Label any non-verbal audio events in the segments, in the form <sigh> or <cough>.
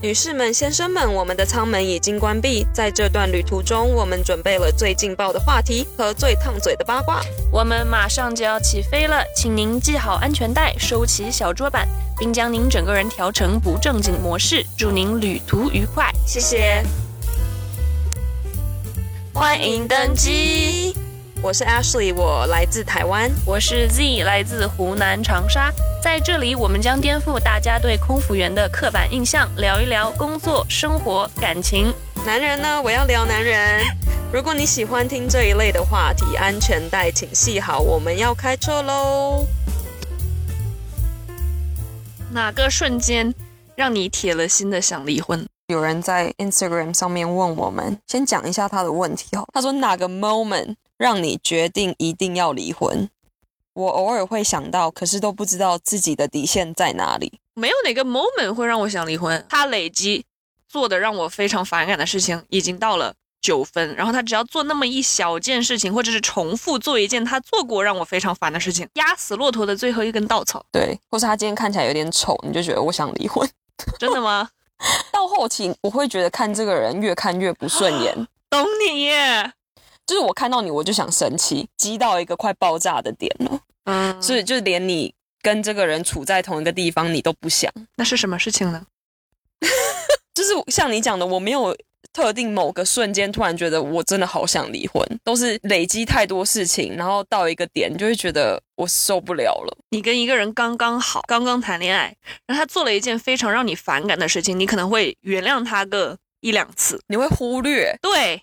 女士们、先生们，我们的舱门已经关闭。在这段旅途中，我们准备了最劲爆的话题和最烫嘴的八卦。我们马上就要起飞了，请您系好安全带，收起小桌板，并将您整个人调成不正经模式。祝您旅途愉快，谢谢，欢迎登机。我是 Ashley，我来自台湾。我是 Z，来自湖南长沙。在这里，我们将颠覆大家对空服员的刻板印象，聊一聊工作、生活、感情。男人呢？我要聊男人。如果你喜欢听这一类的话题，安全带请系好，我们要开车喽。哪个瞬间让你铁了心的想离婚？有人在 Instagram 上面问我们，先讲一下他的问题哦。他说哪个 moment 让你决定一定要离婚？我偶尔会想到，可是都不知道自己的底线在哪里。没有哪个 moment 会让我想离婚。他累积做的让我非常反感的事情已经到了九分，然后他只要做那么一小件事情，或者是重复做一件他做过让我非常烦的事情，压死骆驼的最后一根稻草。对，或是他今天看起来有点丑，你就觉得我想离婚。 <laughs> 真的吗？到后期我会觉得看这个人越看越不顺 <gasps> 眼，懂你耶。就是我看到你我就想生气，激到一个快爆炸的点了。嗯，所以就连你跟这个人处在同一个地方，你都不想。那是什么事情呢？就是像你讲的，我没有特定某个瞬间突然觉得我真的好想离婚，都是累积太多事情，然后到一个点你就会觉得我受不了了。你跟一个人刚刚好，刚刚谈恋爱，然后他做了一件非常让你反感的事情，你可能会原谅他个一两次，你会忽略，对，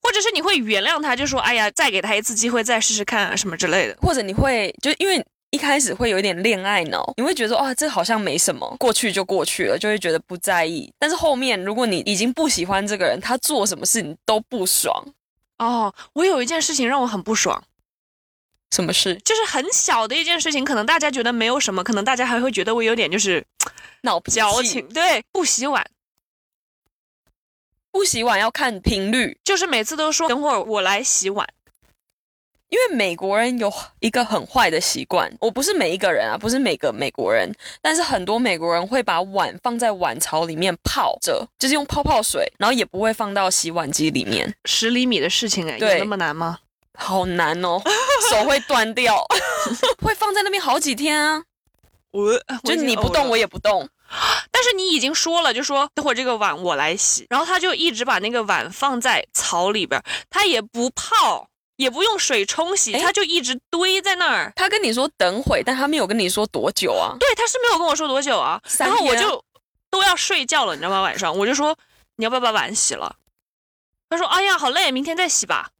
或者是你会原谅他，就说哎呀，再给他一次机会，再试试看啊什么之类的。或者你会就因为一开始会有一点恋爱脑，你会觉得啊、这好像没什么，过去就过去了，就会觉得不在意。但是后面如果你已经不喜欢这个人，他做什么事你都不爽，哦，我有一件事情让我很不爽，什么事？就是很小的一件事情，可能大家觉得没有什么，可能大家还会觉得我有点就是闹脾气矫情，，对，不洗碗。不洗碗要看频率，就是每次都说等会儿我来洗碗，因为美国人有一个很坏的习惯，我不是每一个人啊，不是每个美国人，但是很多美国人会把碗放在碗槽里面泡着，就是用泡泡水，然后也不会放到洗碗机里面，十厘米的事情哎，有对那么难吗？好难 <laughs> 哦，手会断掉， <laughs> 会放在那边好几天啊， <laughs> 我就你不动我也。也不动，但是你已经说了，就说等会儿这个碗我来洗，然后他就一直把那个碗放在槽里边儿，他也不泡，也不用水冲洗，哎他就一直堆在那儿。他跟你说等会，但他没有跟你说多久啊，对，他是没有跟我说多久啊，三然后我天就都要睡觉了，你知道吗？晚上我就说你要不要把碗洗了？他说哎呀好累，明天再洗吧。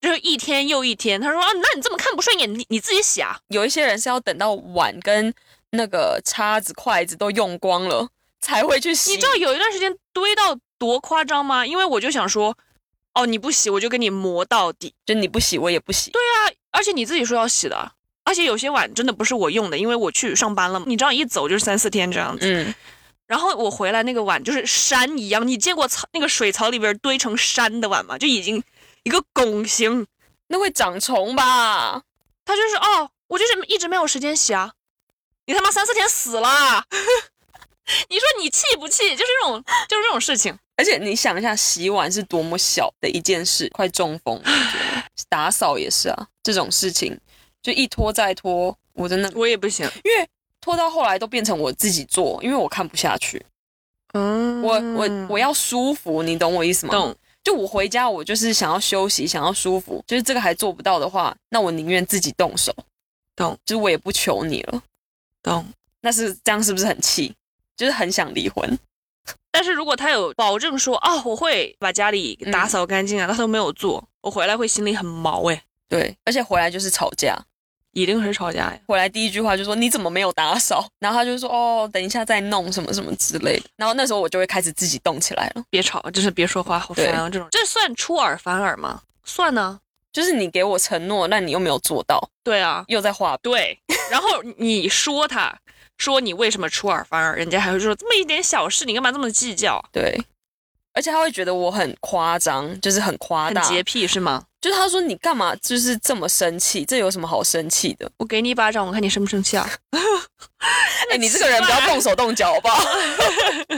就是一天又一天，他说啊，那你这么看不顺眼，你你自己洗啊。有一些人是要等到碗跟那个叉子、筷子都用光了才会去洗，你知道有一段时间堆到多夸张吗？因为我就想说，哦，你不洗我就跟你磨到底。啊就你不洗我也不洗，而且你自己说要洗的，而且有些碗真的不是我用的，因为我去上班了嘛，你知道一走就是三四天这样子。嗯。然后我回来那个碗就是山一样，你见过槽那个水槽里边堆成山的碗吗？就已经一个拱形，那会长虫吧？它就是哦，我就是一直没有时间洗啊，你他妈三四天死了， <laughs> 你说你气不气？就是这种就是这种事情。而且你想一下，洗碗是多么小的一件事，快中风了。我觉 <sighs> 得打扫也是啊，这种事情就一拖再拖，我真的我也不行，因为拖到后来都变成我自己做，因为我看不下去，嗯我我我要舒服，你懂我意思吗？懂。就我回家，我就是想要休息，想要舒服，就是这个还做不到的话，那我宁愿自己动手。懂，就是我也不求你了。懂。那是这样，是不是很气？就是很想离婚。但是如果他有保证说啊、我会把家里打扫干净啊，他都没有做，我回来会心里很毛哎，对，而且回来就是吵架。一定是吵架呀。回来第一句话就说你怎么没有打扫？然后他就说哦，等一下再弄什么什么之类的。然后那时候我就会开始自己动起来了，别吵，真是别说话，好烦啊！这种这算出尔反尔吗？算呢、就是你给我承诺，但你又没有做到，对啊，又在画。 <laughs> 对。然后你说他，说你为什么出尔反尔，人家还会说这么一点小事，你干嘛这么计较？对，而且他会觉得我很夸张，就是很夸很大，洁癖是吗？就是他说你干嘛就是这么生气？这有什么好生气的？我给你一巴掌，<laughs> 我 <laughs> 看你生不生气啊？哎啊哎、你这个人不要动手动脚，好不好？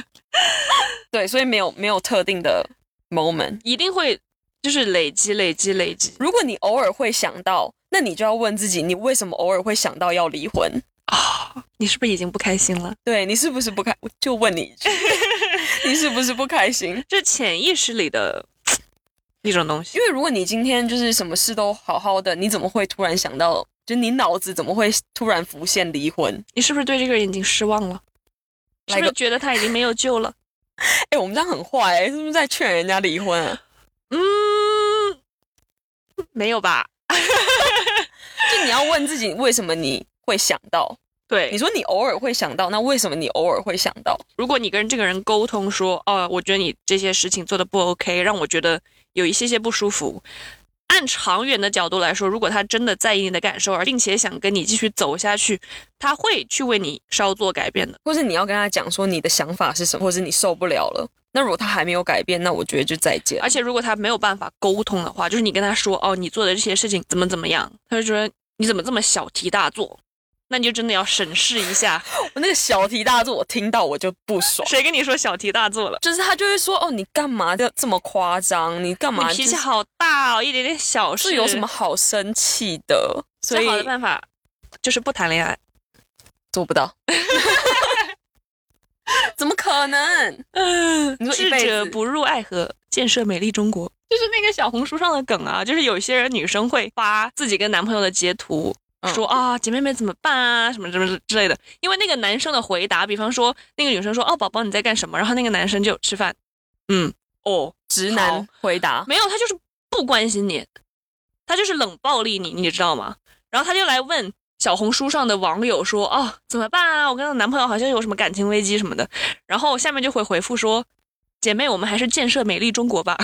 <laughs> 对，所以没有没有特定的 moment。一定会就是累积、累积、累积如果你偶尔会想到，那你就要问自己，你为什么偶尔会想到要离婚？啊、你是不是已经不开心了？对你是不是不开？我就问你一句， <laughs> 你是不是不开心？这潜意识里的一种东西。因为如果你今天就是什么事都好好的，你怎么会突然想到？就你脑子怎么会突然浮现离婚？你是不是对这个人已经失望了？是来个不是觉得他已经没有救了？哎，我们这样很坏、欸，是不是在劝人家离婚啊？嗯，没有吧？就你要问自己，为什么你会想到？对，你说你偶尔会想到，那为什么你偶尔会想到？如果你跟这个人沟通说，哦，我觉得你这些事情做的不 OK，让我觉得有一些些不舒服。按长远的角度来说，如果他真的在意你的感受，而并且想跟你继续走下去，他会去为你稍作改变的。或是你要跟他讲说你的想法是什么，或是你受不了了。那如果他还没有改变，那我觉得就再见。而且如果他没有办法沟通的话，就是你跟他说哦，你做的这些事情怎么怎么样，他就觉得你怎么这么小题大做，那你就真的要审视一下，我那个小题大做，我听到我就不爽。谁跟你说小题大做了？就是他就会说哦，你干嘛要这么夸张？你干你嘛、脾气？好大哦，一点点小事是有什么好生气的？所最以好的办法就是不谈恋爱。做不到。 <laughs> 怎么可能？嗯，你说一智辈者子不入爱河，建设美丽中国。就是那个小红书上的梗啊，就是有些人女生会发自己跟男朋友的截图，嗯说啊姐妹妹怎么办啊什么什么之类的。因为那个男生的回答，比方说那个女生说哦宝宝你在干什么，然后那个男生就吃饭，嗯哦直好男回 <laughs> 答，没有，他就是不关心你，他就是冷暴力你，你知道吗？然后他就来问小红书上的网友说：“哦，怎么办啊？我跟我男朋友好像有什么感情危机什么的。”然后下面就会回复说：“姐妹，我们还是建设美丽中国吧。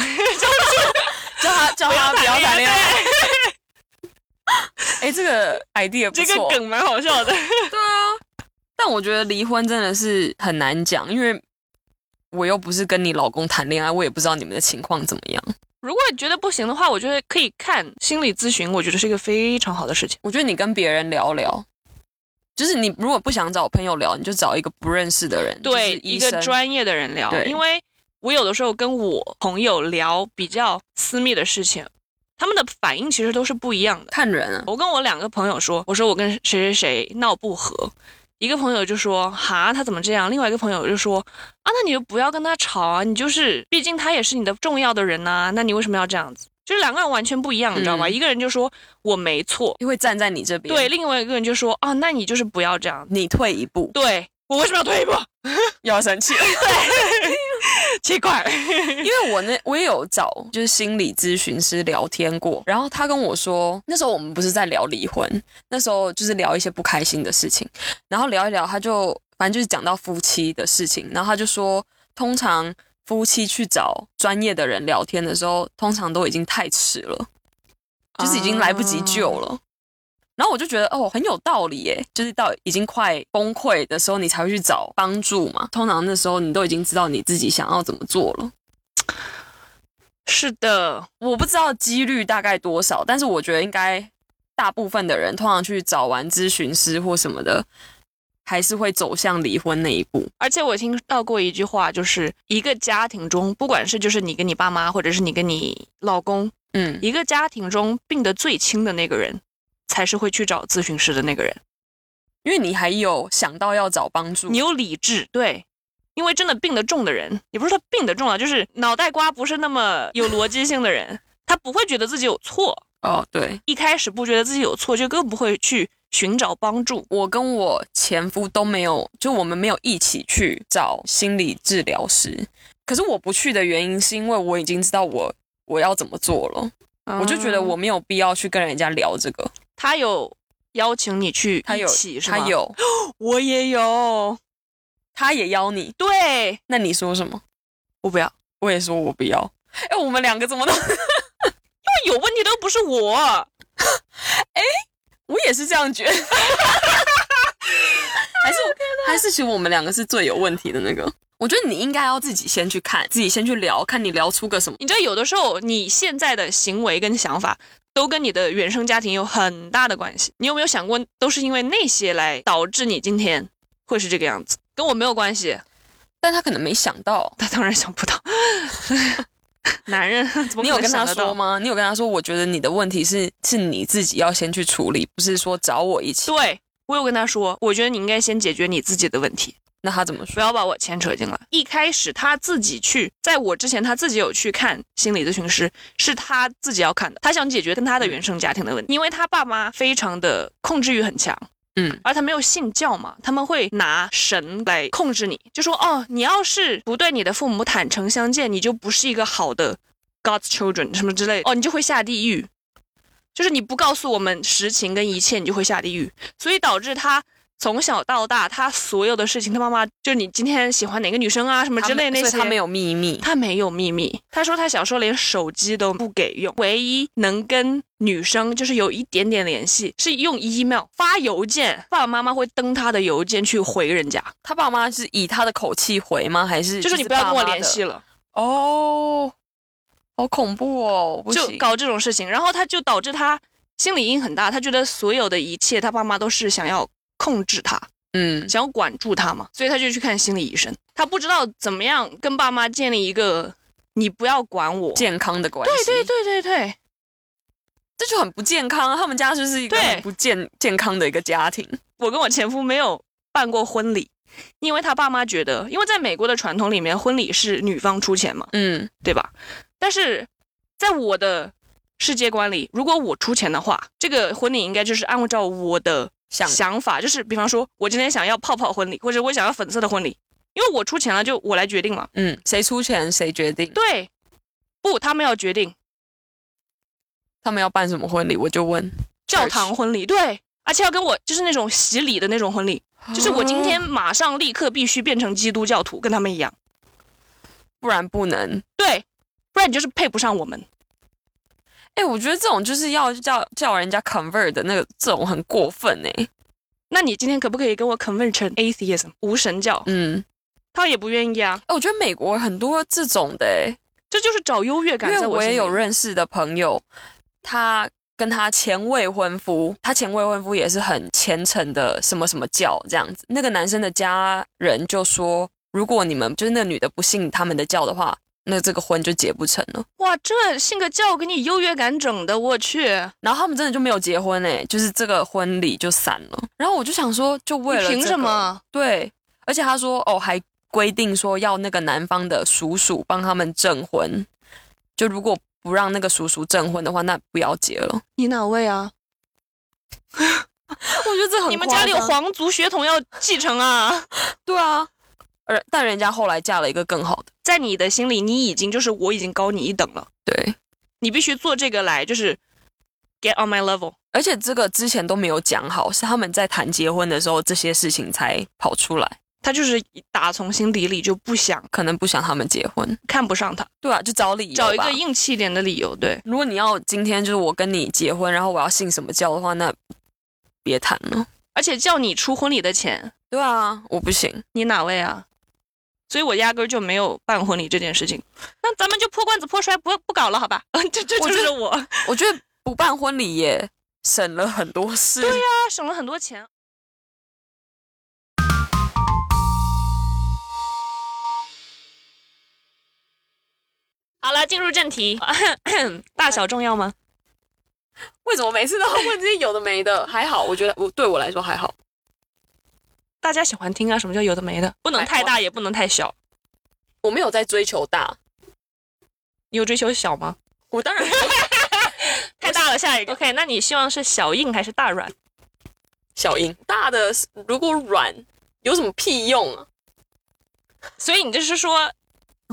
叫 <laughs> 他叫他 <laughs> 不要谈恋爱。爱，哎、这个 idea 不这错，个梗蛮好笑的。对啊，但我觉得离婚真的是很难讲，因为我又不是跟你老公谈恋爱，我也不知道你们的情况怎么样。 <laughs> 如果觉得不行的话，我觉得可以看心理咨询，我觉得是一个非常好的事情。我觉得你跟别人聊聊，就是你如果不想找朋友聊，你就找一个不认识的人，对就是、一个专业的人聊，对因为我有的时候跟我朋友聊比较私密的事情，他们的反应其实都是不一样的。看人啊，我跟我两个朋友说，我说我跟谁谁谁闹不和，一个朋友就说哈他怎么这样，另外一个朋友就说啊那你就不要跟他吵啊，你就是毕竟他也是你的重要的人呐、那你为什么要这样子？就是两个人完全不一样，你知道吗？嗯一个人就说我没错，会站在你这边，对，，另外一个人就说啊那你就是不要这样，你退一步对我为什么要退一步？又要生气了。奇怪。 <laughs> 因为我那我也有找就是心理咨询师聊天过，然后他跟我说，那时候我们不是在聊离婚，那时候就是聊一些不开心的事情，然后聊一聊，他就反正就是讲到夫妻的事情，然后他就说，通常夫妻去找专业的人聊天的时候，通常都已经太迟了，就是已经来不及救了。然后我就觉得哦，很有道理耶，就是到已经快崩溃的时候，你才会去找帮助嘛。通常那时候你都已经知道你自己想要怎么做了。是的，我不知道几率大概多少，但是我觉得应该大部分的人通常去找完咨询师或什么的，还是会走向离婚那一步。而且我听到过一句话，就是一个家庭中，不管是就是你跟你爸妈，或者是你跟你老公，嗯，一个家庭中病得最轻的那个人，才是会去找咨询师的那个人。因为你还有想到要找帮助你，有理智，对，因为真的病得重的人，也不是他病得重啊，就是脑袋瓜不是那么有逻辑性的人， <laughs> 他不会觉得自己有错，哦，对一开始不觉得自己有错，就更不会去寻找帮助。我跟我前夫都没有，就我们没有一起去找心理治疗师。可是我不去的原因是因为我已经知道我我要怎么做了，啊我就觉得我没有必要去跟人家聊这个。他有邀请你去他有一起，是他吗，有， <gasps> 我也有，他也邀你，对那你说什么？我不要。我也说我不要。哎、我们两个怎么都，有问题都不是我，我也是这样觉得。 <laughs> 还是还是，其实我们两个是最有问题的那个。我觉得你应该要自己先去看，自己先去聊，看你聊出个什么。你知道，有的时候你现在的行为跟想法都跟你的原生家庭有很大的关系。你有没有想过，都是因为那些来导致你今天会是这个样子，跟我没有关系。但他可能没想到。他当然想不到， <laughs> 男人怎你么可有能跟他想得说到？吗？你有跟他说，我觉得你的问题是是你自己要先去处理，不是说找我一起。对我有跟他说，我觉得你应该先解决你自己的问题，那他怎么不说？要把我牵扯进来。一开始他自己去，在我之前他自己有去看心理咨询师，是他自己要看的，他想解决跟他的原生家庭的问题，因为他爸妈非常的控制欲很强。嗯，而他没有信教嘛，他们会拿神来控制你，就说哦，你要是不对你的父母坦诚相见，你就不是一个好的 God's children 什么之类的，哦，你就会下地狱。就是你不告诉我们实情跟一切，你就会下地狱，所以导致他从小到大，他所有的事情，他妈妈就是你今天喜欢哪个女生啊什么之类那所些，以他没有秘密。他没有秘密。他说他小时候连手机都不给用，唯一能跟女生就是有一点点联系是用 email 发邮件，爸爸妈妈会登他的邮件去回人家，他爸妈是以他的口气回吗？还是就是你不要跟我联系了？了，哦，好恐怖哦！不就行搞这种事情。然后他就导致他心理阴影很大，他觉得所有的一切他爸妈都是想要控制他。嗯，想要管住他嘛，所以他就去看心理医生。他不知道怎么样跟爸妈建立一个你不要管我。健康的关系，对对，对对对，这就很不健康啊。他们家就是一个对很不健健康的一个家庭。我跟我前夫没有办过婚礼，因为他爸妈觉得，因为在美国的传统里面，婚礼是女方出钱嘛，嗯，对吧？但是在我的世界观里，如果我出钱的话，这个婚礼应该就是按照我的想想法，就是比方说，我今天想要泡泡婚礼，或者我想要粉色的婚礼，因为我出钱了，就我来决定嘛。嗯，谁出钱谁决定。对，不，他们要决定他们要办什么婚礼，我就问。教堂婚礼，对，而且要跟我就是那种洗礼的那种婚礼，就是我今天哦马上立刻必须变成基督教徒，跟他们一样，不然不能。对，不然你就是配不上我们。哎、我觉得这种就是要叫叫人家 convert 的那个，这种很过分哎、那你今天可不可以跟我 convert 成 atheism 无神教？嗯，他也不愿意啊，哎、我觉得美国很多这种的哎、这就是找优越感因为在我心也里有认识的朋友，他跟他前未婚夫，他前未婚夫也是很虔诚的什么什么教这样子。那个男生的家人就说，如果你们就是那女的不信他们的教的话，那这个婚就结不成了。哇，这信个教给你优越感整的，我去，然后他们真的就没有结婚哎、就是这个婚礼就散了。然后我就想说，就为了、你凭什？么？对，而且他说哦，还规定说要那个男方的叔叔帮他们证婚，就如果不让那个叔叔证婚的话，那不要结了。你哪位啊？ <laughs> 我觉得这很你们家里有夸张皇族血统要继承啊？ <laughs> 对啊，而但人家后来嫁了一个更好的，在你的心里，你已经就是我已经高你一等了。对，你必须做这个来，就是 get on my level。而且这个之前都没有讲好，是他们在谈结婚的时候这些事情才跑出来，他就是打从心底里就不想可能不想他们结婚，看不上他，对啊，就找理由找一吧个硬气一点的理由。对，如果你要今天就是我跟你结婚，然后我要信什么教的话，那别谈了。而且叫你出婚礼的钱，对啊，我不行。你哪位啊？所以我压根儿就没有办婚礼这件事情。那咱们就破罐子破摔，不不搞了，好吧？ <laughs> 这这我就觉是得我， <laughs> 啊，我觉得不办婚礼也省了很多事。对呀、啊省了很多钱。好了，进入正题， <laughs> 大小重要吗？为什么每次都要问这些有的没的？还好，我觉得我对我来说还好。大家喜欢听啊，什么叫有的没的，不能太大，也不能太小。我没有在追求大，你有追求小吗？我当然太大了，下一个。OK，那你希望是小硬还是大软？小英大的是，如果软有什么屁用啊？所以你就是说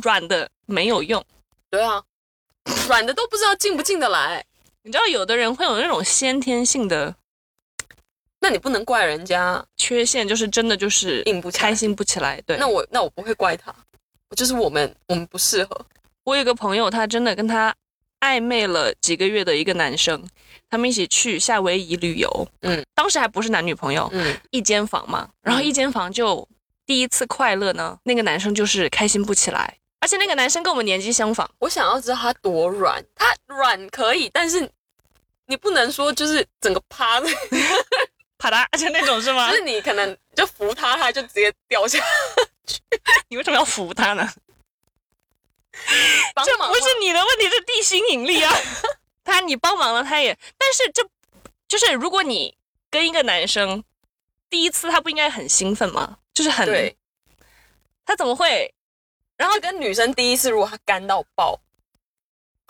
软的没有用。对啊，软的都不知道进不进得来，你知道有的人会有那种先天性的那你不能怪人家。缺陷，就是真的就是硬不起来开心不起来。对，那我那我不会怪他，就是我们我们不适合。我有一个朋友，他真的跟他暧昧了几个月的一个男生，他们一起去夏威夷旅游。嗯，当时还不是男女朋友，嗯，一间房嘛，然后一间房就第一次快乐呢，那个男生就是开心不起来，而且那个男生跟我们年纪相仿，我想要知道它多软，它软可以，但是你不能说就是整个趴 <laughs> 在，啪嗒，就那种是吗就是你可能就扶它，它就直接掉下来。你为什么要要扶他呢？帮这忙不是你的问题，这地心引力啊！ <laughs> 他你帮忙了，他也，但是这就是如果你跟一个男生第一次，他不应该很兴奋吗？就是很对，他怎么会？然后跟女生第一次如果她干到爆，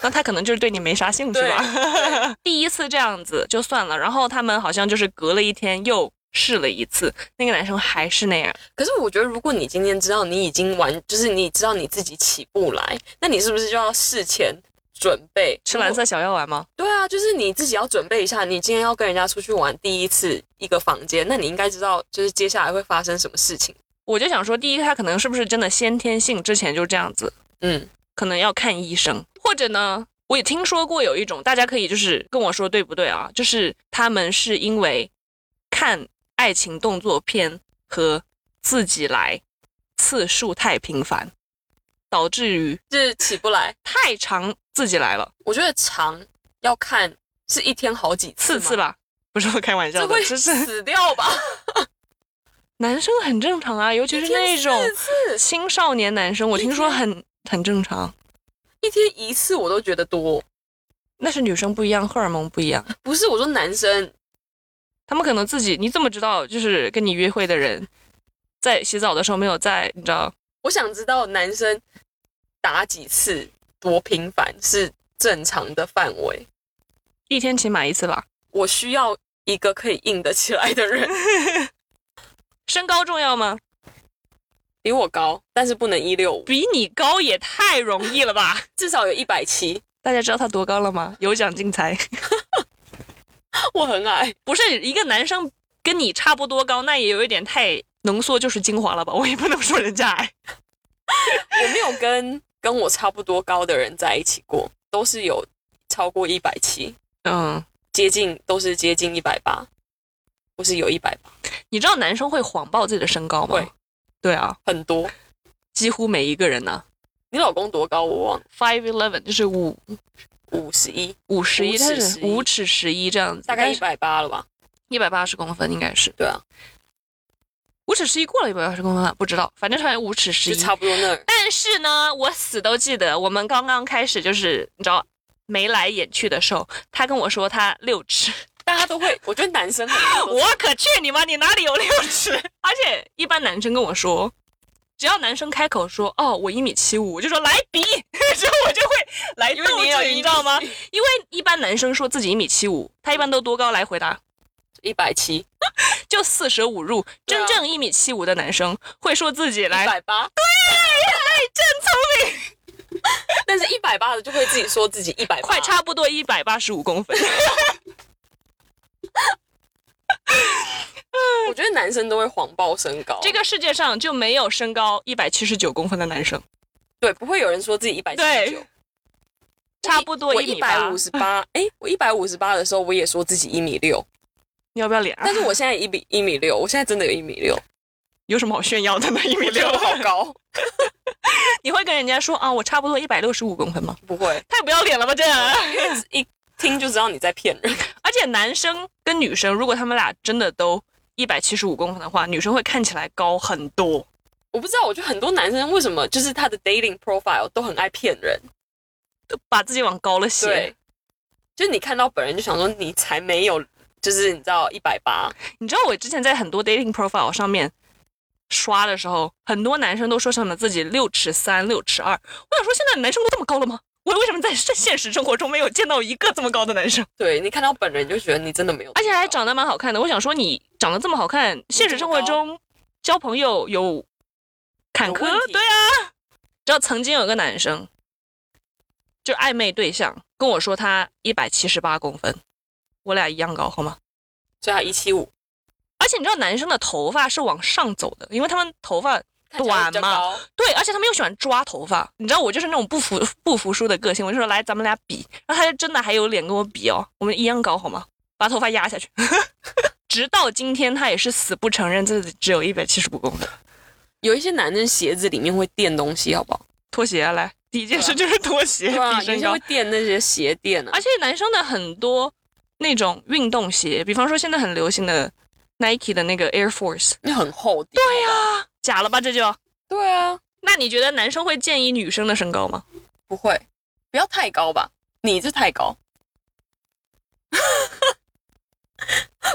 那他可能就是对你没啥兴趣吧。 <laughs> 第一次这样子就算了，然后他们好像就是隔了一天又试了一次，那个男生还是那样。可是我觉得如果你今天知道你已经完，就是你知道你自己起不来，那你是不是就要事前准备吃蓝？色小药丸吗？对啊，就是你自己要准备一下，你今天要跟人家出去玩，第一次一个房间，那你应该知道就是接下来会发生什么事情。我就想说，第一个他可能是不是真的先天性之前就这样子，嗯，可能要看医生，或者呢，我也听说过有一种，大家可以就是跟我说对不对啊？就是他们是因为看爱情动作片和自己来次数太频繁，导致于就是起不来。太长自己来了我觉得长要看是一天好几次吗四次，吧，不是我开玩笑这的，会就死 <laughs> 是掉吧？男生很正常啊，尤其是那种一天四次，青少年男生，我听说一天很很正常。一天一次我都觉得多。那是女生不一样，荷尔蒙不一样，不是我说男生，他们可能自己，你怎么知道？就是跟你约会的人，在洗澡的时候没有在，你知道？我想知道男生打几次多频繁是正常的范围。一天起码一次吧。我需要一个可以硬得起来的 <laughs> 人，身高重要吗？比我高，但是不能一六五，比你高也太容易了吧？ <laughs> 至少有一百七。大家知道他多高了吗？有奖竞猜，我很矮，不是一个男生跟你差不多高，那也有一点太浓缩就是精华了吧？我也不能说人家哎矮。我没有跟跟我差不多高的人在一起过，都是有超过一百七，嗯，接近都是接近一百八，不是有一百八，你知道男生会谎报自己的身高吗会？对啊，很多。几乎每一个人呢你老公多高？我忘了， ，five eleven 就是五五十一，五十一，五尺他是十一五尺十一这样子，大概但一是百八了吧？一百八十公分应该是对啊，五尺十一过了一百八十公分了，不知道，反正好像五尺十就一。差不多那儿。但是呢，我死都记得，我们刚刚开始就是你知道眉来眼去的时候，他跟我说他六尺，大家都会，我觉得男生很多 <laughs> 我可去你妈，你哪里有六尺？ <laughs> 而且一般男生跟我说，只要男生开口说哦我一米七五，我就说来比， <laughs> 之后我就会 <laughs> 来因为斗你也有志， 1.7你知道吗？因为一般男生说自己一米七五，他一般都多高来回答？一百七、一就四舍五入，对真啊正一米七五的男生会说自己来百八，哎真聪明， <laughs> 但是一百八的就会自己说自己一百八，快差不多一百八十五 <laughs> 公分。我觉得男生都会谎报身高，这个世界上就没有身高一百七十九公分的男生，对，不会有人说自己一百七十对九，差不多我米一八百五。十八， <laughs> 哎，我一百五十八的时候，我也说自己一米六，你要不要脸啊但？是我现在一米一米六，我现在真的有一米六，有什么好炫耀的呢？一米我觉六 <laughs> 得，我好高，你会跟人家说啊，我差不多一百六十五公分吗？不会，太不要脸了吧，这！因为一听就知道你在骗人，而且男生跟女生，如果他们俩真的都一百七十五公分的话，女生会看起来高很多。我不知道，我觉得很多男生为什么就是他的 dating profile 都很爱骗人，把自己往高了写对，，就是你看到本人就想说你才没有，就是你知道一百八，你知道我之前在很多 dating profile 上面刷的时候，很多男生都说什么自己六尺三、六尺二。我想说，现在男生都这么高了吗？我为什么在现现实生活中没有见到一个这么高的男生，对你看到本人就觉得你真的没有，而且还长得蛮好看的？我想说，你长得这么好看，现实生活中交朋友有坎坷有问，题对啊。知道曾经有个男生，就暧昧对象跟我说他一百七十八公分，我俩一样高，好吗？所以他一七五，而且你知道男生的头发是往上走的，因为他们头发看短起来比较嘛，高对，而且他们又喜欢抓头发。你知道我就是那种不服 <laughs> 不服输的个性，我就说来咱们俩比，然后他就真的还有脸跟我比哦，我们一样高好吗？把头发压下去， <laughs> 直到今天他也是死不承认自己只有一百七十五公分。有一些男生鞋子里面会垫东西，好不好？拖鞋、啊、来，第一件事就是拖鞋，对 <laughs> 啊， <laughs> 有比身些高会。垫那些鞋垫啊而。且男生的很多那种运动鞋，比方说现在很流行的 Nike 的那个 Air Force，那很厚底。对呀、假了吧这就。对啊，那你觉得男生会介意女生的身高吗？不会，不要太高吧？你这太高。 <laughs>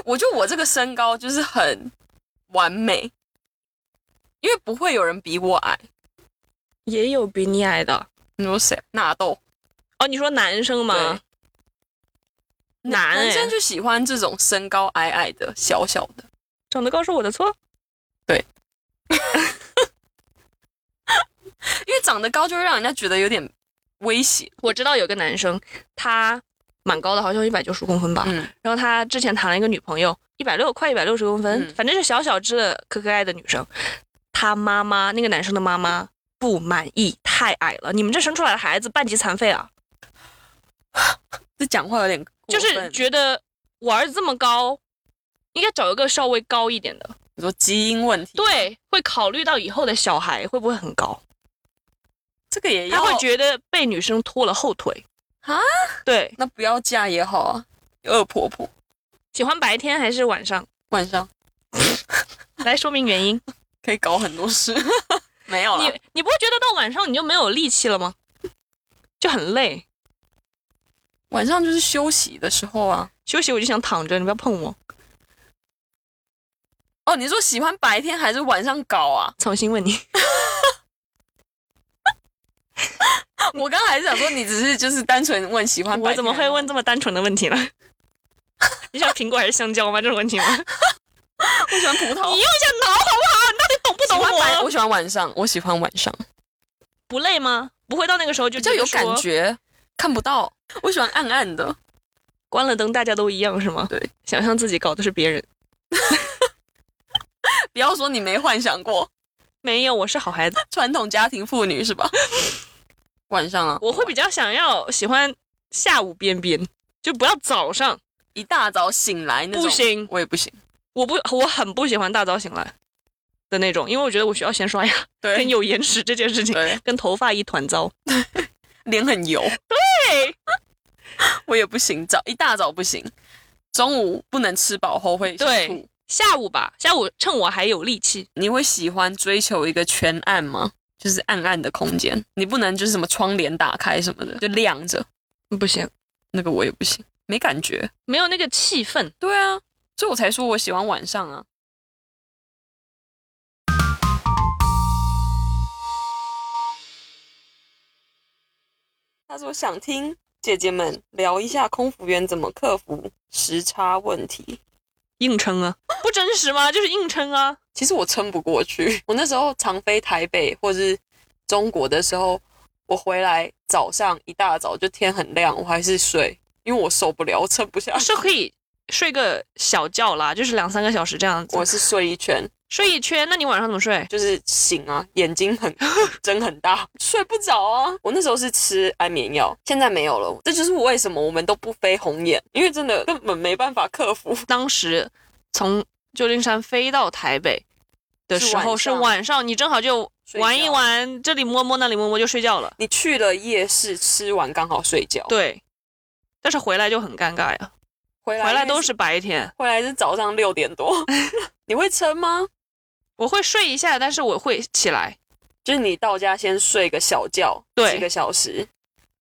我觉得我这个身高就是很完美，因为不会有人比我矮。也有比你矮的你说谁？纳豆哦。你说男生吗？难男哎生，就喜欢这种身高矮矮的、小小的。长得高是我的错。因为长得高就会让人家觉得有点威胁。我知道有个男生，他蛮高的，好像一百九十公分吧。嗯，然后他之前谈了一个女朋友，一百六，快一百六十公分，嗯反正就小小只的、可可爱的女生。他妈妈，那个男生的妈妈不满意，太矮了，你们这生出来的孩子半级残废啊！这讲话有点就过分是觉得我儿子这么高，应该找一个稍微高一点的，你说基因问题，，对，会考虑到以后的小孩会不会很高，这个也要他会觉得被女生拖了后腿啊。对，那不要嫁也好啊，恶婆婆喜欢白天还是晚 <laughs> 上？晚上来说明原因。可以搞很多 <laughs> 事，没有啦你，你不会觉得到晚上你就没有力气了吗？就很累。晚上就是休息的时候啊。休息我就想躺着，你不要碰我。哦，你说喜欢白天还是晚上搞 <laughs> 啊？重新问你，我刚才想说，你只是就是单纯问喜欢白天，我怎么会？问这么单纯的问题呢？ <laughs> 你想苹果还是香蕉吗？这种问 <laughs> 题吗？你我喜欢葡萄，用一下脑好不好？你到底懂不喜懂欢白，我？我喜欢晚上，我喜欢晚上，不累吗？不会到那个时候就比较有觉得感说，觉，看不到。我喜欢暗暗的，关了灯大家都一样是吗？对，想象自己搞的是别人。不要说你没幻想过，没有，我是好孩子，传统家庭妇女是吧？晚上啊，我会比较想要喜欢下午边边，就不要早上。一大早醒来那种，不行我也不行。我不，我很不喜欢大早醒来的那种，因为我觉得我需要先刷牙，对跟有眼屎这件事情，对，跟头发一团糟。脸很油，对，我也不行，早一大早不行，中午不能吃饱后会想对吐。下午吧，下午趁我还有力气，你会喜欢追求一个全暗吗？就是暗暗的空间，你不能就是什么窗帘打开什么的，就亮着，嗯不行，那个我也不行，没感觉。没有那个气氛。对啊，所以我才说我喜欢晚上啊。他说想听姐姐们聊一下空服员怎么克服时差问题。硬撑啊，不真实吗？就是硬撑啊。其实我撑不过去。我那时候常飞台北或是中国的时候，我回来早上一大早就天很亮，我还是睡，因为我受不了，我撑不下我。是可以睡个小觉啦，就是两三个小时这样子。我是睡一圈，睡一圈，那你晚上怎么睡？就是醒啊，眼睛 <laughs> 很睁很大，睡不着啊。我那时候是吃安眠药，现在没有了。这就是为什么我们都不飞红眼，因为真的根本没办法克服。当时从旧金山飞到台北的时候是是晚上晚上，你正好就睡觉玩一玩，这里摸摸那里摸摸就睡觉了。你去了夜市吃完刚好睡觉，对，但是回来就很尴尬呀，回来回来应该都是白天。回来是早上六点 <laughs> 多，你会撑吗？我会睡一下，但是我会起来。就是你到家先睡个小觉，对几个小时，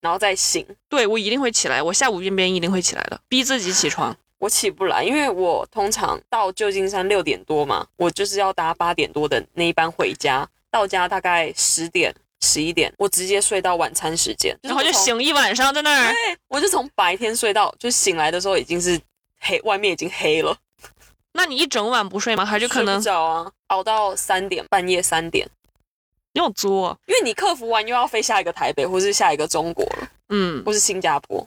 然后再醒。对我一定会起来，我下午便便一定会起来的，逼自己啊起床。我起不来，因为我通常到旧金山六点多嘛，我就是要搭八点多的那一班回家，到家大概十点、十一点，我直接睡到晚餐时间，然后就我从。醒一晚上在那儿，对，我就从白天睡到，就醒来的时候已经是黑，外面已经黑了，那你一整晚不睡吗？还是可睡能不着啊，熬到三点，半夜三点，你有作？因为你克服完又要飞下一个台北，或是下一个中国了，嗯，或是新加坡。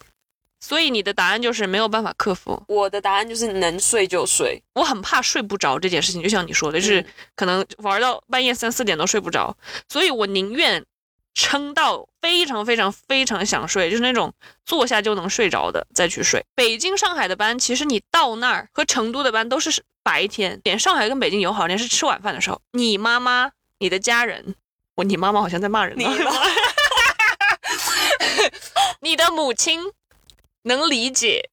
所以你的答案就是没有办法克服。我的答案就是能睡就睡，我很怕睡不着这件事情，就像你说的，就是嗯可能玩到半夜三四点都睡不着，所以我宁愿撑到非常非常非常想睡，就是那种坐下就能睡着的再去睡。北京、上海的班，其实你到那儿和成都的班都是白天，点上海跟北京友好点是吃晚饭的时候，你妈妈、你的家人，我你妈妈好像在骂人呢，你 <laughs> 妈你的母亲能理解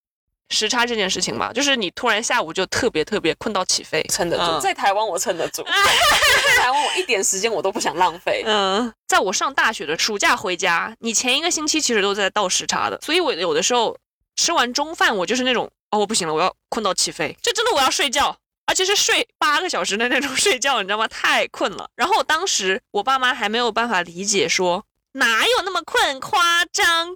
时差这件事情嘛，就是你突然下午就特别特别困到起飞， <laughs> 撑得住，嗯在台湾我撑得 <laughs> 住，在台湾我一点时间我都不想浪费。嗯，在我上大学的暑假回家，你前一个星期其实都在倒时差的，所以我有的时候吃完中饭，我就是那种哦，我不行了，我要困到起飞，就真的我要睡觉，而且是睡八个小时的那种睡觉，你知道吗？太困了。然后当时我爸妈还没有办法理解说，哪有那么困，夸张。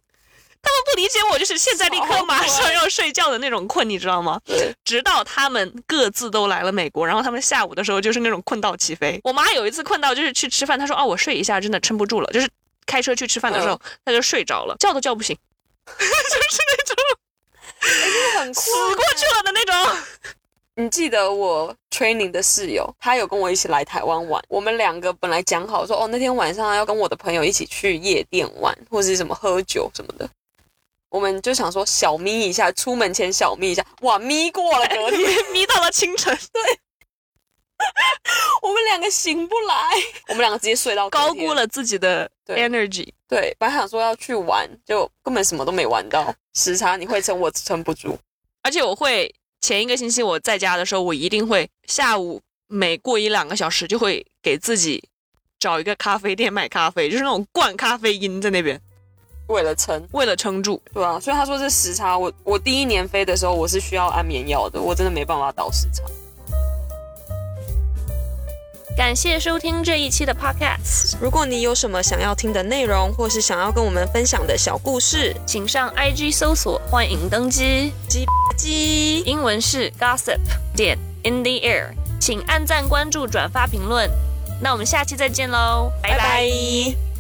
他们不理解我，就是现在立刻好马上困要睡觉的那种困，你知道吗？对，直到他们各自都来了美国，然后他们下午的时候就是那种困到起飞。我妈有一次困到就是去吃饭，她说：“哦，我睡一下，真的撑不住了。”就是开车去吃饭的时候，她就睡着了，叫都叫不醒， <laughs> 就是那种很酷。死过去了的那种。你记得我 training 的室友，他有跟我一起来台湾玩。我们两个本来讲好说，哦，那天晚上要跟我的朋友一起去夜店玩，或是什么喝酒什么的。我们就想说小眯一下，出门前小眯一下，哇，眯过了隔 <laughs> 天，眯到了清晨，我们两个醒不来，我们两个直接睡到隔天高估。了自己的对 energy。对，本来想说要去玩，就根本什么都没玩到。时差你会撑，我撑不住。而且我会前一个星期我在家的时候，我一定会下午每过一两个小时就会给自己找一个咖啡店买咖啡，就是那种灌咖啡因在那边，为了撑，为了撑住。对啊，所以他说这时差，我我第一年飞的时候我是需要安眠药的，我真的没办法倒时差。感谢收听这一期的 Podcast，如果你有什么想要听的内容，或是想要跟我们分享的小故事，请上 IG 搜索“欢迎登机鸡”，英文是 Gossip 点 In the Air，请按赞、关注、转发、评论。那我们下期再见喽，拜拜拜拜